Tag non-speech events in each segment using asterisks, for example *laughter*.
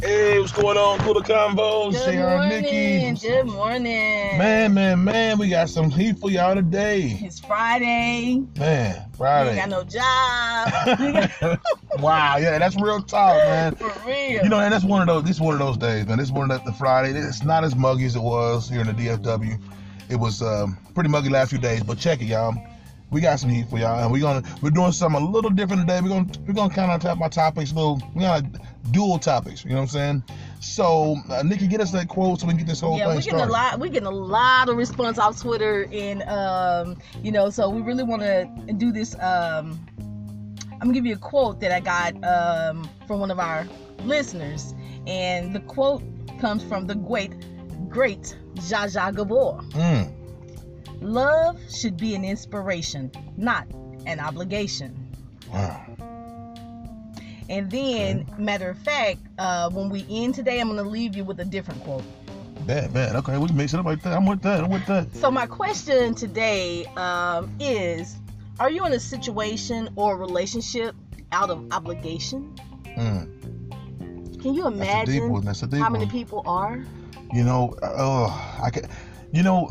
Hey, what's going on? Cool to Convo. Good Sean morning. Nikki. Good morning. Man, man, man, we got some heat for y'all today. It's Friday. Man, I ain't Friday. got *laughs* no job. You got- wow, yeah, that's real talk, man. For real. You know, and that's one of those. This is one of those days, man. This is one of the the Friday. It's not as muggy as it was here in the DFW. It was um, pretty muggy last few days, but check it, y'all. We got some heat for y'all, and we're gonna we're doing something a little different today. We're gonna we're gonna kind of tap my topics, little we got dual topics. You know what I'm saying? So, uh, Nikki, get us that quote so we can get this whole yeah, thing we getting started. a lot. We getting a lot of response off Twitter, and um, you know, so we really want to do this. Um, I'm gonna give you a quote that I got um, from one of our listeners, and the quote comes from the great, great Zsa Zsa Gabor. Mm, Love should be an inspiration, not an obligation. wow. And then, matter of fact, uh, when we end today, I'm going to leave you with a different quote. Bad, bad. Okay, we can mix it up like that. I'm with that. I'm with that. So, my question today um, is Are you in a situation or relationship out of obligation? Mm, Can you that's a deep imagine one. That's a deep how one. many people are? You know, oh, I can, you know,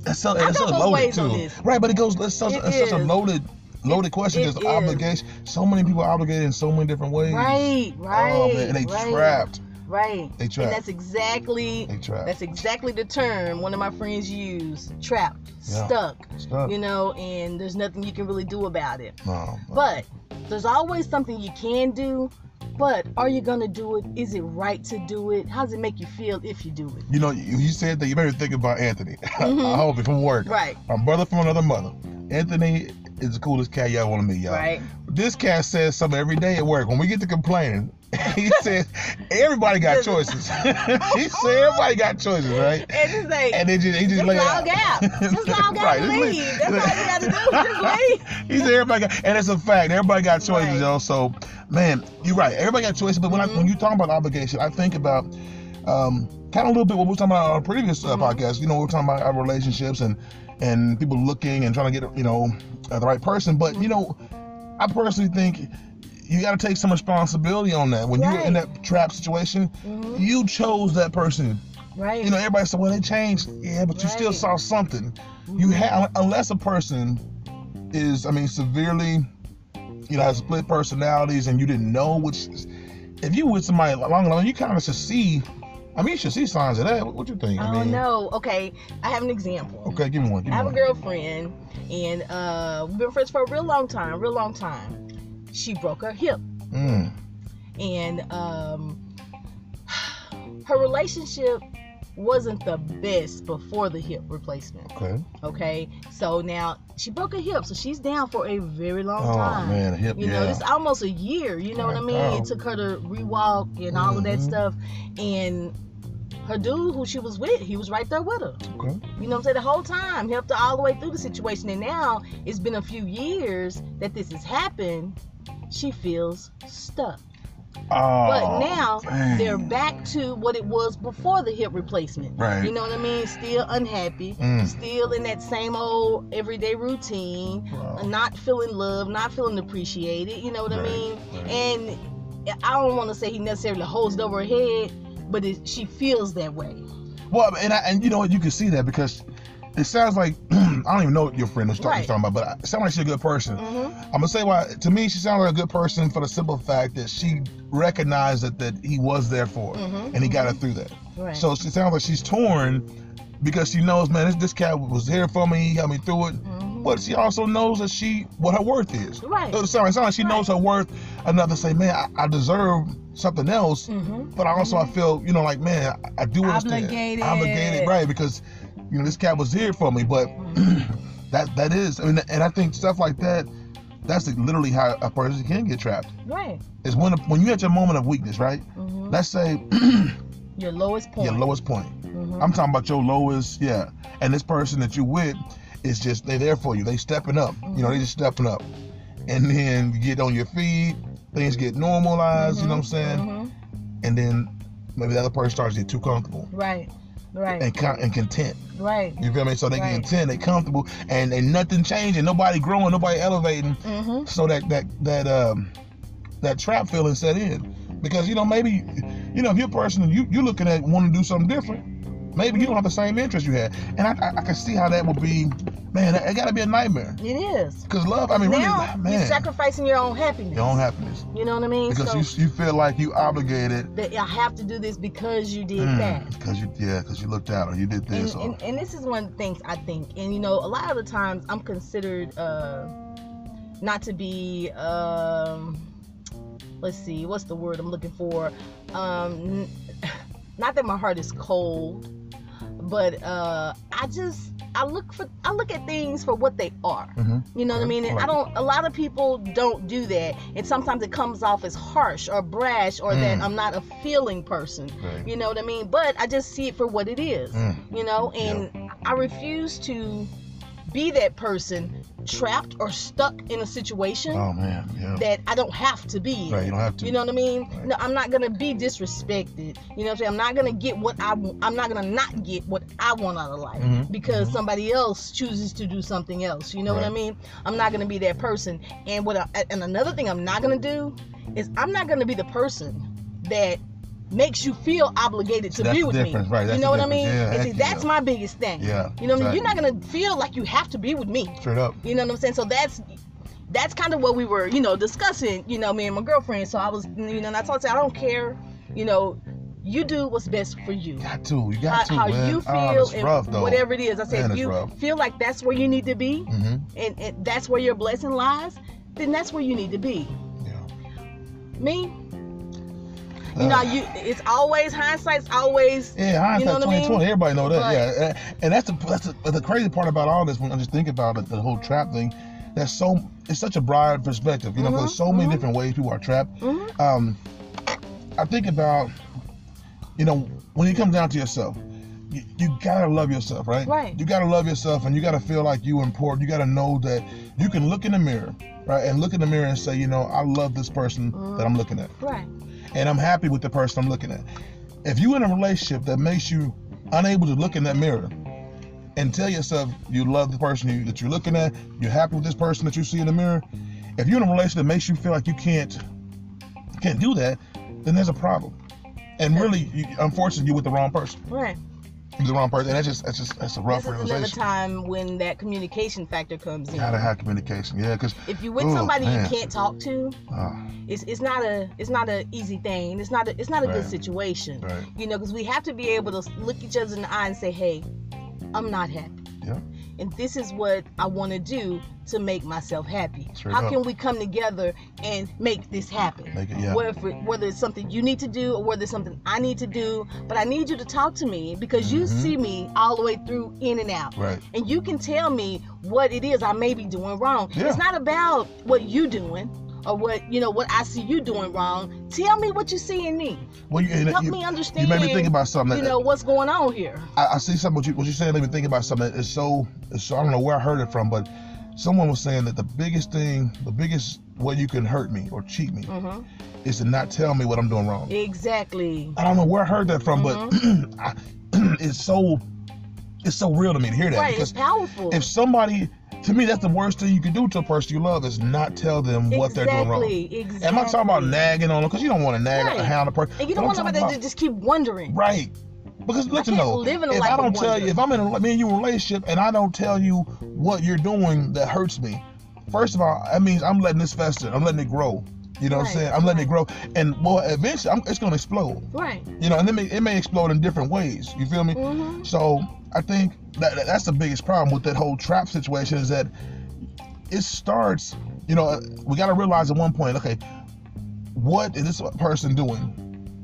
that's so, I it's such got a both loaded ways on too. this. Right, but it goes. That's such, It it's such a is. loaded, loaded question. it There's is. obligation. So many people are obligated in so many different ways. Right, right. Oh man, and they right, trapped. Right. They And trapped. that's exactly. They trapped. That's exactly the term one of my friends used trapped, Yeah. stuck, Stuck. you know, and there's nothing you can really do about it. No, no. But there's always something you can do. But are you gonna do it? Is it right to do it? How does it make you feel if you do it? you know, you, you said that you made me think about Anthony. *laughs* Mhm. I hope it from work. Right, My brother from another mother. Anthony is the coolest cat y'all want to meet, y'all. right. This cat says something every day at work. When we get to complaining, *laughs* he says everybody got choices. *laughs* he said everybody got choices, right? And it's like And they just, he just, just lay it log out. *laughs* Just log out and just leave. That's all you *laughs* gotta do. Just leave. He said everybody got, and it's a fact. Everybody got choices, Right. y'all. So, man, you're right. Everybody got choices. But when I Mhm. when you talk about obligation, I think about um, kind of a little bit what we were talking about on our previous uh, Mhm. podcast. You know, we are talking about our relationships and and people looking and trying to get you know uh, the right person. But Mm-hmm. you know, I personally think. You got to take some responsibility on that. When you're in Right. that trap situation, Mhm. you chose that person. Right. You know, everybody said, "Well, they changed." Yeah, but you still Right. Mm-hmm. saw something you have unless a person is i mean severely you know has split personalities and you didn't know which if you with somebody long enough you kind of should see i mean you should see signs of that what, what you think I mean don't know. Okay, I have an example. okay give me one give me I Oh, have a one girlfriend, and uh, we've been friends for a real long time. Real long time. She broke her hip. mm, and um, her relationship wasn't the best before the hip replacement. okay Okay, so now she broke her hip, so she's down for a very long oh time. man a hip You yeah know, it's almost a year. You know what I Oh, mean? wow. It took her to rewalk and all of that Mhm. stuff, and her dude who she was with, he was right there with her. okay You know what I'm saying? The whole time, helped her all the way through the situation. And now it's been a few years that this has happened. She feels stuck. oh, But now dang. they're back to what it was before the hip replacement. Mm. Right. You know what I mean? Still unhappy, Mm. still in that same old everyday routine, Wow. not feeling loved, not feeling appreciated. You know what I Right, mean? right. And I don't want to say he necessarily holds it over her head, but it, she feels that way. Well, and I, and you know what, you can see that because it sounds like *clears throat* I don't even know your friend who's talking, Right. talking about, but I- it sounds like she's a good person. Mm-hmm. I'm gonna say why. To me, she sounded like a good person for the simple fact that she recognized that that he was there for, her Mhm, and he got her through that. Right. So she sounds like she's torn because she knows, man, this, this cat was here for me, he helped me through it. Mhm. But she also knows that she what her worth is. Right. So it sounds it sounds like she knows her worth enough to say, man, I, I deserve something else. Mm-hmm. But I also I feel, you know, like man, I, I do understand. Obligated. Obligated, right? Because you know this cat was here for me, but *clears throat* Mm-hmm. that that is, I mean, and I think stuff like that, that's literally how a person can get trapped. Right. Is when when you at your moment of weakness, right? Mhm. Let's say *clears throat* Your lowest point. your lowest point. Mhm. I'm talking about your lowest, yeah. And this person that you with is just they there for you. They stepping up. You know, they just stepping up. And then you get on your feet, things get normalized. You know uh, what I'm saying? Mhm. And then maybe the other person starts to get too comfortable. Right. Right. and, con- and content. Right. You feel me? So they Right. can content, they comfortable, and, and nothing changing, nobody growing, nobody elevating. Mm-hmm. So that that that um that trap feeling set in, because you know maybe you know if you're a person you you looking at wanting to do something different, maybe you don't have the same interest you had, and I I, I can see how that would be, man. It got to be a nightmare. It is. Cause love, I mean, really, now you're man, sacrificing your own happiness. your own happiness, You know what I mean? because so you you feel like you obligated. that I have to do this because you did Mm, that. Because you yeah, because you looked out or you did and, this or and, and this is one of the things I think. And you know, a lot of the times I'm considered uh, not to be. Um, let's see, what's the word I'm looking for? Um, n- *sighs* not that my heart is cold, but uh, I just I look for I look at things for what they are. Mhm. You know what I mean? And I don't. A lot of people don't do that, and sometimes it comes off as harsh or brash, or that Mm. I'm not a feeling person. Right. You know what I mean? But I just see it for what it is. Mm. You know, and I refuse to be that person trapped or stuck in a situation Oh man, yeah. that I don't have to be. in. Right, you don't have to. You know what I mean? Right. No, I'm not gonna be disrespected. You know what I'm saying? I'm not gonna get what I. w- I'm not gonna not get what I want out of life Mhm. because somebody else chooses to do something else. You know what I Right. mean? I'm not gonna be that person. And what? I, and another thing I'm not gonna do is I'm not gonna be the person that makes you feel obligated to That's be the with difference, me. right, that's you the know what I difference. mean? Yeah, and heck see, that's yeah. my biggest thing. Yeah, You know what I mean? You're exactly. not gonna feel like you have to be with me. Straight up. You know what I'm saying? So that's that's kind of what we were, you know, discussing, you know, me and my girlfriend. So I was, you know, and I told her, I don't care, you know, you do what's best for you. Got to. You How, got to. how man. you feel oh, it's and rough, though. whatever it is. I said, Man, if it's you rough. feel like that's where you need to be hmm and, and that's where your blessing lies, then that's where you need to be. Yeah. Me, you know, you it's always hindsight's always Uh, Yeah, hindsight you know what I 2020. mean? Everybody know that. But- yeah, and, and that's the that's the, the crazy part about all this. When I just think about it, the whole trap thing. That's so. It's such a broad perspective. You know, 'cause Mhm, so many mhm. different ways people are trapped. mhm, um, I think about, you know, when it comes down to yourself, you, you gotta love yourself, right? Right. You gotta love yourself, and you gotta feel like you important. You gotta know that you can look in the mirror, right, and look in the mirror and say, you know, I love this person Mm-hmm. that I'm looking at, right, and I'm happy with the person I'm looking at. If you're in a relationship that makes you unable to look in that mirror and tell yourself you love the person you, that you're looking at, you're happy with this person that you see in the mirror, if you're in a relationship that makes you feel like you can't can't do that, then there's a problem. And really, you, unfortunately, you're with the wrong person. right. You're the wrong person. And that's just that's just that's a rough This is another realization. time when that communication factor comes in. Gotta have communication. Yeah, uh, because If you with Oh, somebody man. you can't talk to, it's it's not a it's not a easy thing. It's not a it's not a good Right. situation. Right. You know, because we have to be able to look each other in the eye and say, "Hey, I'm not happy." Yeah. And this is what I want to do to make myself happy. Straight How up. can we come together and make this happen? make it yeah. Whether, if it- whether it's something you need to do or whether it's something I need to do, but I need you to talk to me because you Mhm. see me all the way through in and out Right. and you can tell me what it is I may be doing wrong. Yeah. It's not about what you doing or what you know what I see you doing wrong. Tell me what you see in me. Well, you, and Help you, me you understand. made me think about something. you that- know what's going on here. I, I see something what you what you saying made me think about something. It's so it's so I don't know where I heard it from, but someone was saying that the biggest thing, the biggest way you can hurt me or cheat me hmm is to not tell me what I'm doing wrong. Exactly. I don't know where I heard that from, Mm-hmm. but *clears throat* I, it's so it's so real to me to hear that right. It's because powerful. if somebody to me that's the worst thing you can do to a person you love is not tell them exactly. what they're doing wrong. Exactly. Am I talking about nagging on them? Because you don't want to nag Right. or hound a person. And you But don't I'm want talking nobody to just keep wondering. Right. Because let you can't know, live in a if life I of don't tell wonder. you, if I'm in a, me and you in a relationship and I don't tell you what you're doing that hurts me, first of all, that means I'm letting this fester. I'm letting it grow. You know what I'm Right, saying? I'm letting it grow. And well, eventually, I'm, it's going to explode. Right. You know, and it may, it may explode in different ways. You feel me? Mhm. So I think that that- that's the biggest problem with that whole trap situation is that it starts. You know, we got to realize at one point, okay, what is this person doing?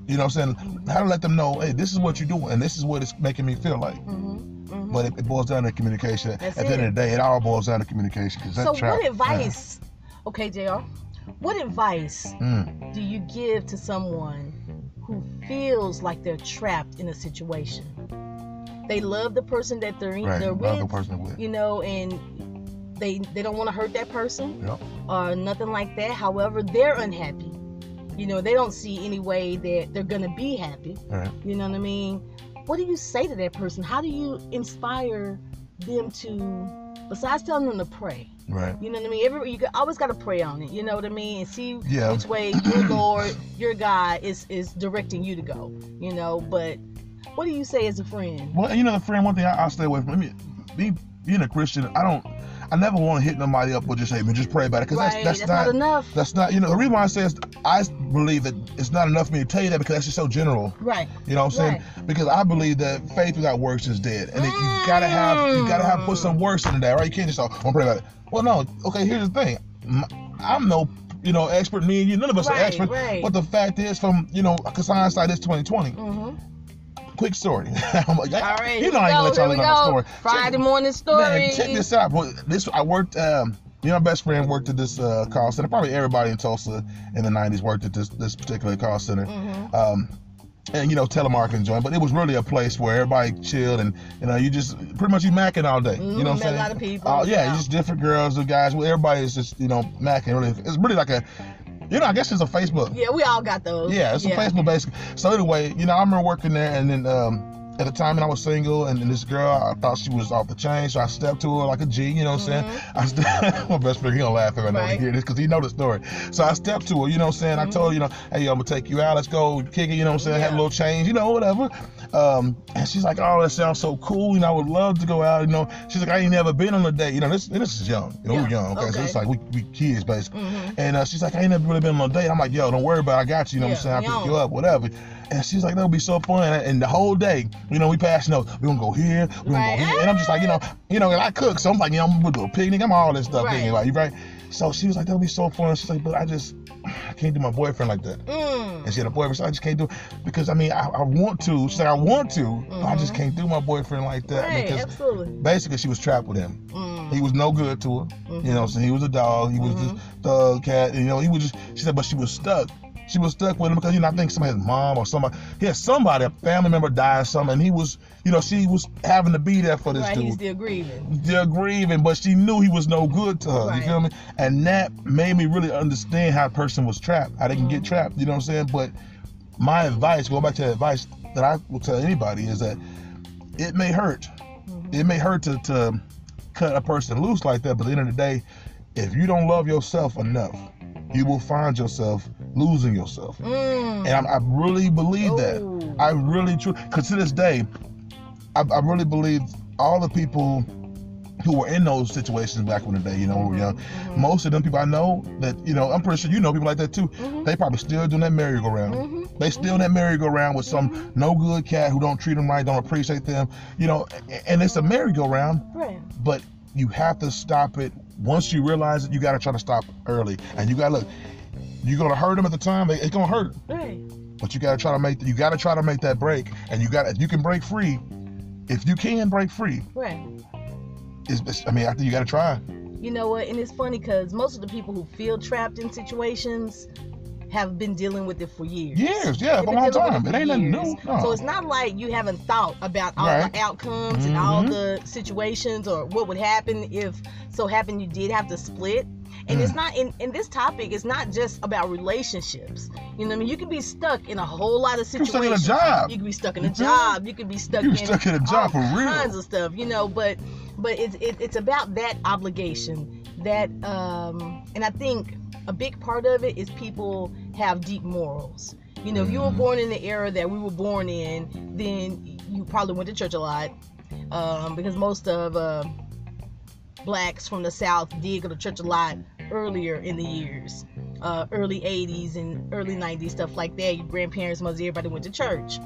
You know, what I'm saying how to let them know, hey, this is what you're doing, and this is what it's making me feel like. Mhm. Mhm. But it, it boils down to communication. That's at the end it. of the day, it all boils down to communication. 'cause that Mm-hmm. so trap- what advice? Okay, Jr. What advice Yeah. Mm. do you give to someone who feels like they're trapped in a situation? They love the person that they're, in, right. they're Love with, the person with. you know, and they they don't want to hurt that person Yep. or nothing like that. However, they're unhappy. You know, they don't see any way that they're gonna be happy. Right. You know what I mean? what do you say to that person? How do you inspire them to, besides telling them to pray? Right. You know what I mean? Every you got- always got to pray on it. You know what I mean? And see Yeah. which way your *clears throat* Lord, your God is is directing you to go. You know, but what do you say as a friend? Well, you know, friend, one thing I, I stay away from. I mean, me being a Christian, I don't. I never want to hit nobody up with just hey man, just pray about it because right, that's, that's, not, enough. that's not you know the reason why I say is I believe that it's not enough for me to tell you that because that's just so general. Right. You know what I'm saying? Because I believe that faith without works is dead, and that you gotta have you gotta have put some works into that, right? You can't just oh, I'm pray about it. Well, no. Okay, here's the thing. M- I'm no you know expert. Me and you, none of us Right, are experts. right. But the fact is, from you know, because hindsight is 2020 Mm-hmm. quick story. *laughs* I'm like, All right. you know I ain't gonna tell you you no story. Friday check, morning story. Man, check this out. Boy, this I worked. Um, you know, my best friend worked at this uh, call center. Probably everybody in Tulsa in the '90s worked at this this particular call center. Mhm. Um, and you know, telemarketing joint, but it was really a place where everybody chilled, and you know, you just pretty much you macking all day. Mhm, you know, what I'm met saying? a lot of people, Oh yeah, yeah. just different girls, and guys. Well, everybody's just you know macking. Really, it's really like a, you know, I guess it's a Facebook. Yeah, we all got those. Yeah, it's a Facebook basically. So anyway, you know, I remember working there, and then um, at the time, and I was single, and, then this girl, I thought she was off the chain, so I stepped to her like a G. You know what I'm saying? I st- *laughs* my best friend, he gonna laugh if I know he Mm-hmm. Right. Mm-hmm. hear this because he know the story. So I stepped to her. You know what I'm saying? I told her, you know, hey, I'm gonna take you out. Let's go kick it. You know what I'm saying? Have a Yeah. little change. You know, whatever. Um, and she's like, oh, that sounds so cool. You know, I would love to go out. You know, she's like, I ain't never been on a date. You know, this this is young. You know, Yeah, we're young. Okay, so okay. it's like we, we kids basically. Mm-hmm. And uh, she's like, I ain't never really been on a date. I'm like, yo, don't worry about it. I got you. You know what I'm Yeah, saying? I'll pick yeah. you up, whatever. And she's like, that'll be so fun. And the whole day, you know, we passing out. We're going to go here. We're going Right. to go here. And I'm just like, you know, you know, and I cook. So I'm like, you know, I'm going to do a picnic. I'm all this stuff. Right. Right. Like, you right? So she was like, that'll be so fun. She's like, but I just I can't do my boyfriend like that. Mm. And she had a boyfriend. So I just can't do it. Because, I mean, I, I want to. She said, I want to. But I just Mhm. can't do my boyfriend like that. Right, because absolutely. basically she was trapped with him. Mm. He was no good to her. You know, what I'm saying? he was a dog. He was Mhm. this thug cat. And, you know, he was just. She said, but she was stuck. She was stuck with him because you know I think somebody's mom or somebody. He had somebody, a family member died or something. And he was, you know, she was having to be there for this Right, dude. he's still grieving. They're grieving, but she knew he was no good to her. Right. You feel me? And that made me really understand how a person was trapped. I didn't get trapped. You know what I'm saying? But my advice, going back to the advice that I will tell anybody, is that it may hurt. It may hurt to, to cut a person loose like that. But at the end of the day, if you don't love yourself enough, you will find yourself losing yourself. Mm. Oh. And I, I really believe Ooh. that. I really true because to this day, I, I really believe all the people who were in those situations back in the day, you know, when we were Mm-hmm. young. Most of them people I know that you know, I'm pretty sure you know people like that too. Mm-hmm. They probably still doing that merry-go-round. Mhm. They still in that merry-go-round with some no good cat who don't treat them right, don't appreciate them, you know. a- And it's a merry-go-round, Right. but you have to stop it once you realize it. You got to try to stop early, and you got to look. You're gonna hurt them at the time. it- It's gonna hurt Right. but you gotta try to make you gotta try to make that break, and you gotta if you can break free. If you can break free, Right. it's, it's- I mean, I think you gotta try. You know what? And it's funny because most of the people who feel trapped in situations have been dealing with it for years. Years, yeah, for They've a been long dealing time. with It ain't nothing years. new. No. So it's not like you haven't thought about all Right. the outcomes and all Mhm. the situations or what would happen if so happened you did have to split. And Mm. it's not in, in this topic, it's not just about relationships. You know what I mean? You can be stuck in a whole lot of You're situations. stuck in a job. You could be stuck in You a feel job. You could be stuck You in stuck in a job for all real. kinds of stuff, you know, but but it's it, it's about that obligation that um and I think a big part of it is people have deep morals. You know, if you were born in the era that we were born in, then you probably went to church a lot um, because most of uh, blacks from the South did go to church a lot earlier in the years, uh, early 80s and early 90s, stuff like that. Your grandparents, mothers, everybody went to church.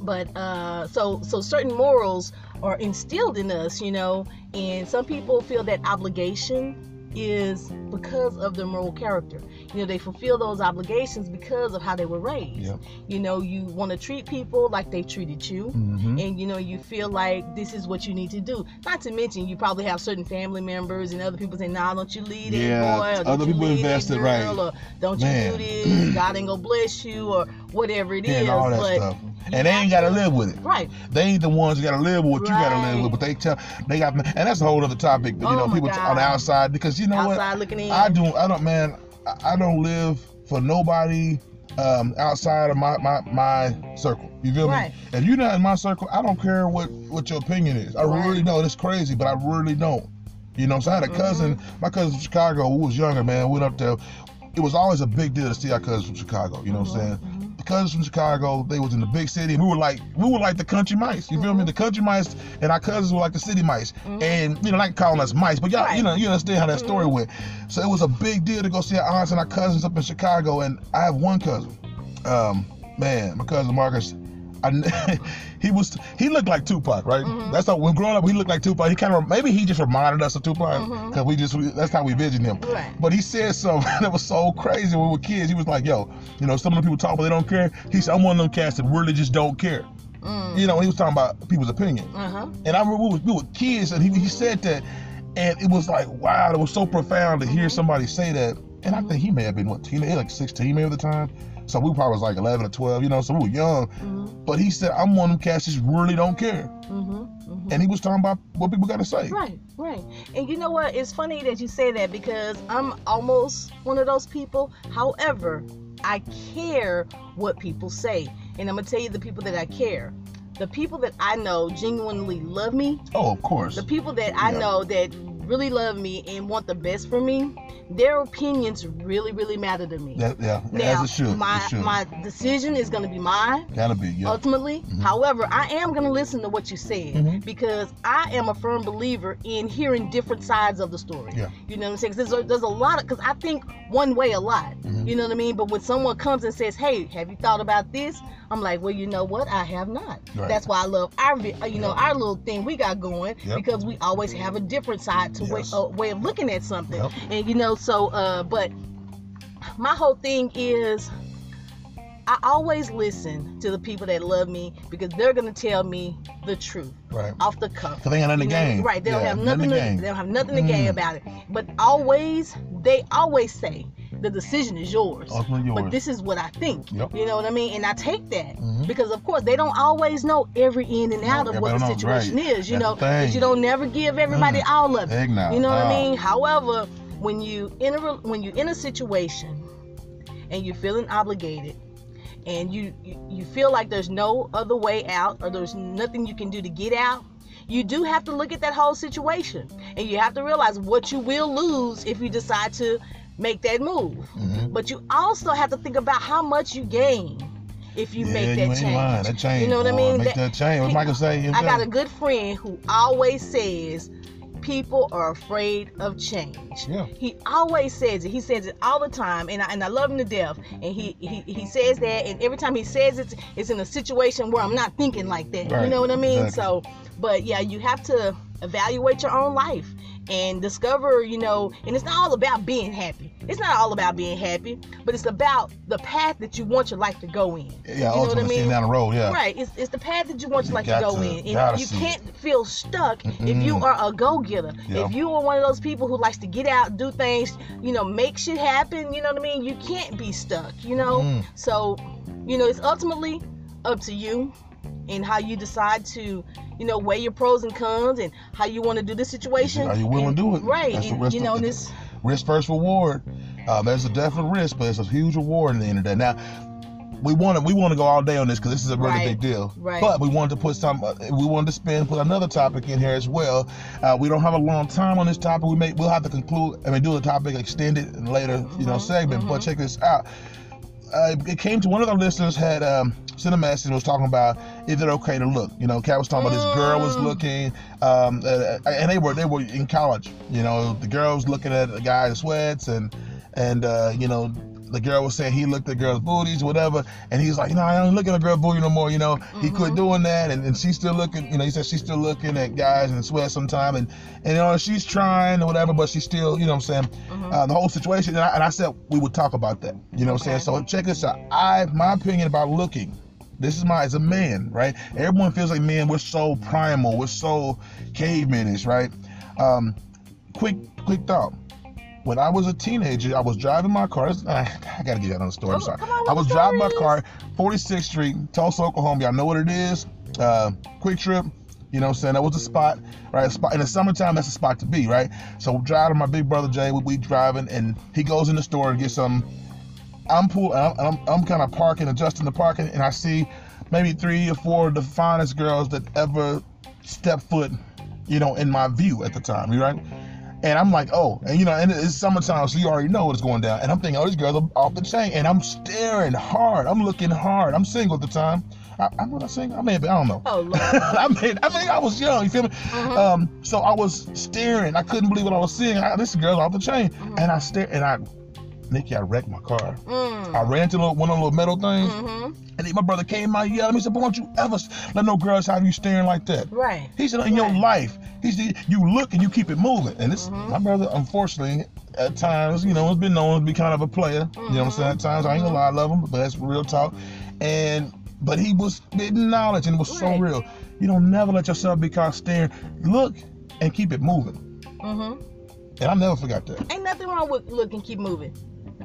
But uh, so so certain morals are instilled in us, you know, and some people feel that obligation is because of their moral character. You know, they fulfill those obligations because of how they were raised. Yep. You know, you want to treat people like they treated you Mhm. and you know you feel like this is what you need to do. Not to mention you probably have certain family members and other people say, "Nah, don't you lead it, Yeah, boy." Or, other "Don't you people lead it, invested, girl," right. Or, "Don't Man. you do this? God ain't gonna bless you," or whatever it is. Yeah, and all that but stuff. you And they have ain't gotta to- live with it. Right. They ain't the ones that gotta live with what you gotta live with. Right. But they tell they got, and that's a whole other topic. But you Oh know, my people t- on the God. outside because you know what. Outside looking in. I do. I don't, man. I- I don't live for nobody um, outside of my, my, my circle. You feel Right. me? If you're not in my circle, I don't care what, what your opinion is. I Right. really know it's crazy, but I really don't. You know, so I had a cousin, Mm-hmm. my cousin from Chicago, who was younger, man, went up there. It was always a big deal to see our cousins from Chicago. You know what I'm saying? Mm-hmm. The cousins from Chicago, they was in the big city, and we were like, we were like the country mice. You feel Mm-hmm. me? The country mice and our cousins were like the city mice, and you know, like calling us mice, but y'all, all Right. you know, you understand how that story went. So it was a big deal to go see our aunts and our cousins up in Chicago, and I have one cousin, um, man, my cousin Marcus. I, kn- *laughs* he was he looked like Tupac, right? That's how when growing up he looked like Tupac. He kind of maybe he just reminded us of Tupac because we just we, that's how we vision him. Right. But he said something *laughs* that was so crazy when we were kids. He was like, "Yo, you know, some of the people talk, but they don't care." He said, "I'm one of them cats that really just don't care." Mm. You know, he was talking about people's opinion. Uh huh. And I remember we were, we were kids, and he, he said that, and it was like, wow, it was so profound to hear somebody say that. And I think he may have been what, teen, he like 16 maybe at the time. So we probably was like 11 or 12, you know, so we were young. But he said, I'm one of them cats that really don't care. Mm-hmm. hmm And he was talking about what people got to say. Right, right. And you know what? It's funny that you say that because I'm almost one of those people. However, I care what people say. And I'm going to tell you the people that I care. The people that I know genuinely love me, Oh, of course. the people that I Yeah. know that really love me and want the best for me, their opinions really, really matter to me. That- yeah, now, as it should. my, it should. my decision is going to be mine Gotta be, yeah. ultimately. However, I am going to listen to what you said Mhm. because I am a firm believer in hearing different sides of the story. Yeah. You know what I'm saying? 'Cause there's, a- there's a lot of, because I think one way a lot. Mm-hmm. You know what I mean? But when someone comes and says, hey, have you thought about this? I'm like, well, you know what? I have not. Right. That's why I love our, vi- uh, you know, our little thing we got going Yep. because we always have a different side to Yes. way, a way of looking at something. Yep. And, you know, so, uh, but my whole thing is I always listen to the people that love me because they're gonna tell me the truth right. off the cuff. So they ain't in the You know, game. Right. They don't Yeah, have none in nothing. To, the game. They don't have nothing to gain Mm. about it. But always, they always say the decision is yours. Ultimately yours. But this is what I think. Yep. You know what I mean? And I take that Mhm. because, of course, they don't always know every in and out of what the everybody don't, right. situation is. You That's know, the but thing. you don't never give everybody Mm. all of it. Egg now. You know what I Ah. mean? However, when you in a rel- when you in a situation and you're feeling obligated and you, you you feel like there's no other way out or there's nothing you can do to get out, you do have to look at that whole situation and you have to realize what you will lose if you decide to make that move. Mhm. But you also have to think about how much you gain if you yeah, make that you ain't change. lying. That change. You know what I boy. mean? Make that, That- change. What Pe- Michael say? I got a good friend who always says people are afraid of change. Yeah. He always says it. He says it all the time, and I, and I love him to death. And he, he he says that, and every time he says it, it's in a situation where I'm not thinking like that. You Right. know what I mean? Exactly. So, but yeah, you have to evaluate your own life and discover, you know, and it's not all about being happy. It's not all about being happy, but it's about the path that you want your life to go in. you yeah, know what I ultimately mean? sitting down the road, yeah. Right. It's, it's the path that you want your You life to got go to- in. And gotta you see it. can't feel stuck if you Mm-mm. are a go getter. Yeah. If you are one of those people who likes to get out, do things, you know, make shit happen, you know what I mean? You can't be stuck, you know? Mm. So, you know, it's ultimately up to you and how you decide to, you know, weigh your pros and cons and how you want to do the situation. Are you willing and, to do it? Right. That's the and, rest you of know, it. and it's risk first reward. Uh, there's a definite risk, but it's a huge reward in the end of the day. Now, we want to we want to go all day on this because this is a really Right. big deal. Right. But we wanted to put some. uh, We wanted to spend put another topic in here as well. Uh, we don't have a long time on this topic. We may we'll have to conclude. I mean, do the topic extended in later, you know, Mhm, segment. But mhm. check this out. Uh, it came to one of our listeners had um, sent a message and was talking about is it okay to look? You know, Cat was talking about this girl was Mm. looking, um, uh, and they were they were in college. You know, the girl was looking at the guy in sweats, and and uh, you know, the girl was saying he looked at girls' booties, whatever, and he's like, no, I don't look at a girl booty no more. You know, he quit doing that, and, and she's still looking. You know, he said she's still looking at guys in sweats sometime, and and you know she's trying or whatever, but she's still, you know, what I'm saying uh, the whole situation. And I, and I said we would talk about that. You know what I'm saying? Okay. So check this out. I my opinion about looking. This is my as a man, right? Everyone feels like men. We're so primal. We're so cavemanish, right? Um, quick quick thought. When I was a teenager, I was driving my car. this- I, I gotta get out on the story. I'm Oh, sorry. come on, I what was the driving my story car, 46th Street, Tulsa, Oklahoma. Y'all know what it is. Uh, quick trip. You know what I'm saying? That was a spot, right? A spot in the summertime, that's a spot to be, right? So driving my big brother Jay, we, we driving, and he goes in the store to get some I'm pool. I'm I'm, I'm kind of parking, adjusting the parking, and I see maybe three or four of the finest girls that ever stepped foot, you know, in my view at the time. You right? And I'm like, oh, and you know, and it's summertime, so you already know what's going down. And I'm thinking, oh, these girls are off the chain. And I'm staring hard. I'm looking hard. I'm single at the time. I, I'm not single. I may have been, I don't know. Oh *laughs* Lord. I mean, I mean, I was young. You feel me? Mhm. Um, so I was staring. I couldn't believe what I was seeing. I, this girl off the chain, Mhm. and I stared. And I, Nikki, I wrecked my car. I Mm. ran into little- one of the little metal things, Mhm. and he- my brother came out yelling. He said, "Boy, don't you ever s- let no girls have you staring like that." Right. He said, "In your Right. life, he said, you look and you keep it moving." And this, Mhm. my brother, unfortunately, at times, you know, has been known to be kind of a player. You know what I'm saying? Mm-hmm. At times, I ain't gonna lie, I love him, but that's real talk. And but he was spitting knowledge, and it was so Right. real. You don't never let yourself be caught staring. Look and keep it moving. Mhm. And I never forgot that. Ain't nothing wrong with look and keep moving.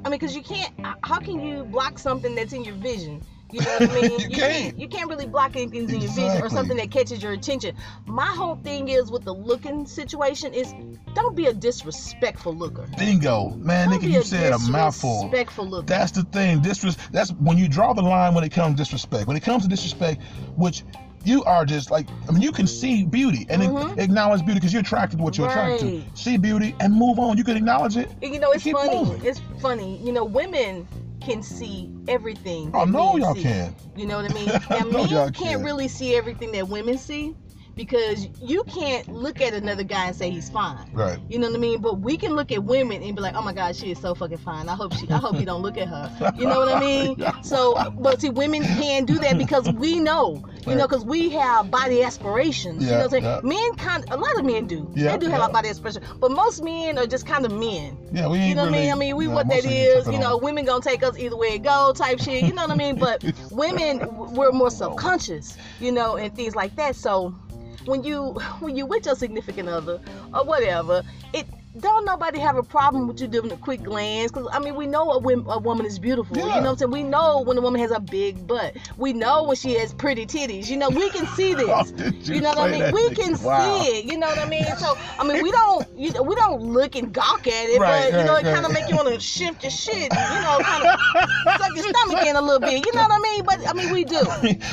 I mean, cause you can't. h- How can you block something that's in your vision? You know what I *laughs* mean? You can't. You can't really block anything that's in your vision or Exactly. something that catches your attention. My whole thing is with the looking situation is don't be a disrespectful looker. Bingo, man, Don't Nikki, be you said a mouthful. Disrespectful looker. That's the thing. Disres- that's when you draw the line when it comes to disrespect. When it comes to disrespect, which you are just like, I mean, you can see beauty and Mhm. a- acknowledge beauty because you're attracted to what you're attracted Right. to. See beauty and move on. You can acknowledge it. And, You know, it's Keep funny. moving. It's funny. You know, women can see everything. Oh, that no, men y'all see. can. You know what I mean? *laughs* I And know men y'all can't can. really see everything that women see because you can't look at another guy and say he's fine. Right. You know what I mean? But we can look at women and be like, "Oh my God, she is so fucking fine. I hope she. I hope you don't look at her." You know what I mean? *laughs* Yeah. So, but see, women can do that because we know, you know, Right. because we have body aspirations. you know what I'm Yeah, saying? Men kind, a lot of men do. Yeah, they do have yeah. a body aspiration, but most men are just kind of men. Yeah, we ain't You know what really, I mean? I mean, we yeah, what that most of ain't is. tripping You on *laughs* know, women gonna take us either way it go, type shit. You know what I mean? But women, w- we're more subconscious, you know, and things like that. So when you when you with your significant other or whatever, it don't nobody have a problem with you doing a quick glance. Cause I mean, we know a, wom- a woman is beautiful. You know what Yeah. I'm saying? We know when a woman has a big butt. We know when she has pretty titties. You know, we can see this. *laughs* Oh, did You know what say I mean? that, We Nikki? can Wow. see it. You know what I mean? So I mean, we don't you know, we don't look and gawk at it, Right, but you know, right, it kind of right. make you want to shift your shit. You know, kind of suck your stomach in a little bit. You know what I mean? But I mean, *laughs* we do.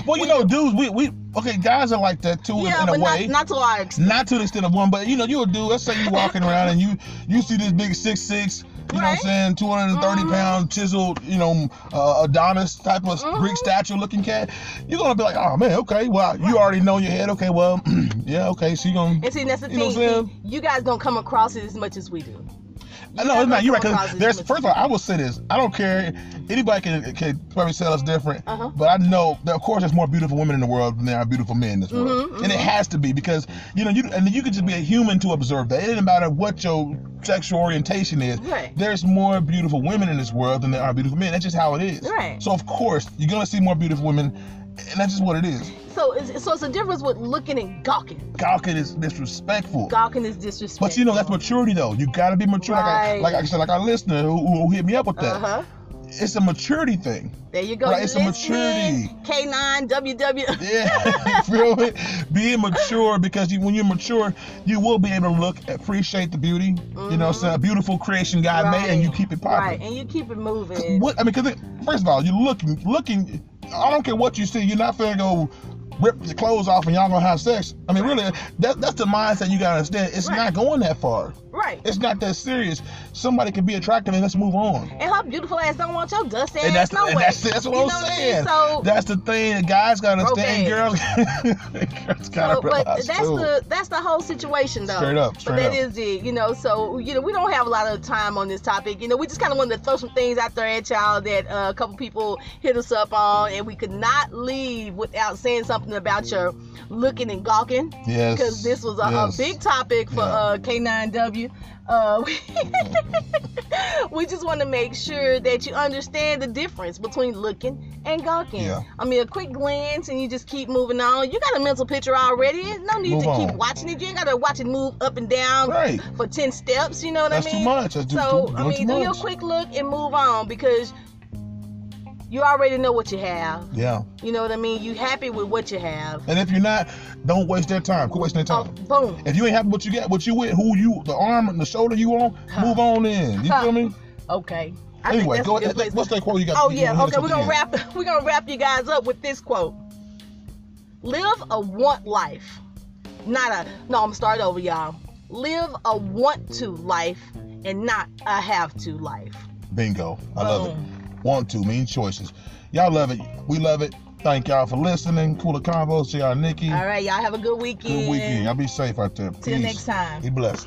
*laughs* well, you We know, dudes, we, we okay, guys are like that too in- Yeah, in, but a way. not not to our extent. not to the extent of one, but you know, you're a dude. Let's say you walking around and you you see this big six six, you know what I'm Right. saying, 230 Mhm. pound chiseled, you know, uh, Adonis type of Mhm. Greek statue looking cat. You're gonna be like, oh man, okay, well, you already know in your head, okay, well, *clears throat* yeah, okay, she gonna. And see, that's the You know thing. what I'm see, you guys don't come across it as much as we do. I no, it's not. You're right. Cause Causes there's much- first of all, I will say this. I don't care. Anybody can can probably tell us different. Uh-huh. But I know that of course there's more beautiful women in the world than there are beautiful men in this world, Mhm, and mhm. it has to be because you know you and you can just be a human to observe that. It doesn't matter what your sexual orientation is. Right. There's more beautiful women in this world than there are beautiful men. That's just how it is. Right. So of course you're gonna see more beautiful women, and that's just what it is. So it's, so it's a difference with looking and gawking. Gawking is disrespectful. Gawking is disrespectful. but you know that's maturity though. You gotta be mature. Like Right. I, like I said, like our listener who, who hit me up with that. Uh huh. it's a maturity *laughs* thing. There you go. Right, You it's a listening. K9 WW. Yeah, you feel me? Being mature because you, when you're mature, you will be able to look, appreciate the beauty. You know, it's a beautiful creation God made, and you keep it Mm-hmm. Right, popping. and you keep it moving. 'Cause What I mean, because first of all, you're looking, looking. I don't care what you see. You're not finna go rip your clothes off and y'all gonna have sex. I mean, really, that, that's the mindset you gotta understand. It's Right. not going that far. Right. It's not that serious. Somebody can be attractive and let's move on. And her beautiful ass don't want your dust ass And that's, no and way. that's, that's what You I'm know what I mean? saying. So, That's the thing. that Guys gotta Broke understand. Girls, *laughs* girls gotta so but realize that's too. the that's the whole situation though. Straight up, straight but that up. is it, you know. So you know, we don't have a lot of time on this topic. You know, we just kind of wanted to throw some things out there at y'all that uh, a couple people hit us up on, and we could not leave without saying something about your looking and gawking. yes. because this was a, a yes. big topic for Yeah. uh, K9W. Uh, *laughs* we just want to make sure that you understand the difference between looking and gawking. Yeah. I mean, a quick glance and you just keep moving on. You got a mental picture already. There's No need Move to keep on. watching it. You ain't got to watch it move up and down Right. for 10 steps. You know what That's I mean? too much. That's too, So, too, I doing mean, too do much. your quick look and move on because you already know what you have. Yeah. You know what I mean? You happy with what you have. And if you're not, don't waste their time. Quit wasting their Oh, time. boom. If you ain't happy with what you got, what you with, who you, the arm and the shoulder you on, move on in. You feel me? Okay. I think anyway, that's go. a good place. What's that quote you got? Oh you yeah, wanna hit okay. us We're with gonna again? wrap. *laughs* We're gonna wrap you guys up with this quote: "Live a want life, not a no." I'm gonna start over, y'all. Live a want to life and not a have to life. Bingo. I love it. Boom. Want to mean choices. Y'all love it. We love it. Thank y'all for listening. Cooler convos. See y'all, Nikki. All right, y'all have a good weekend. Good weekend. Y'all be safe out there. Till Peace. next time. Be blessed.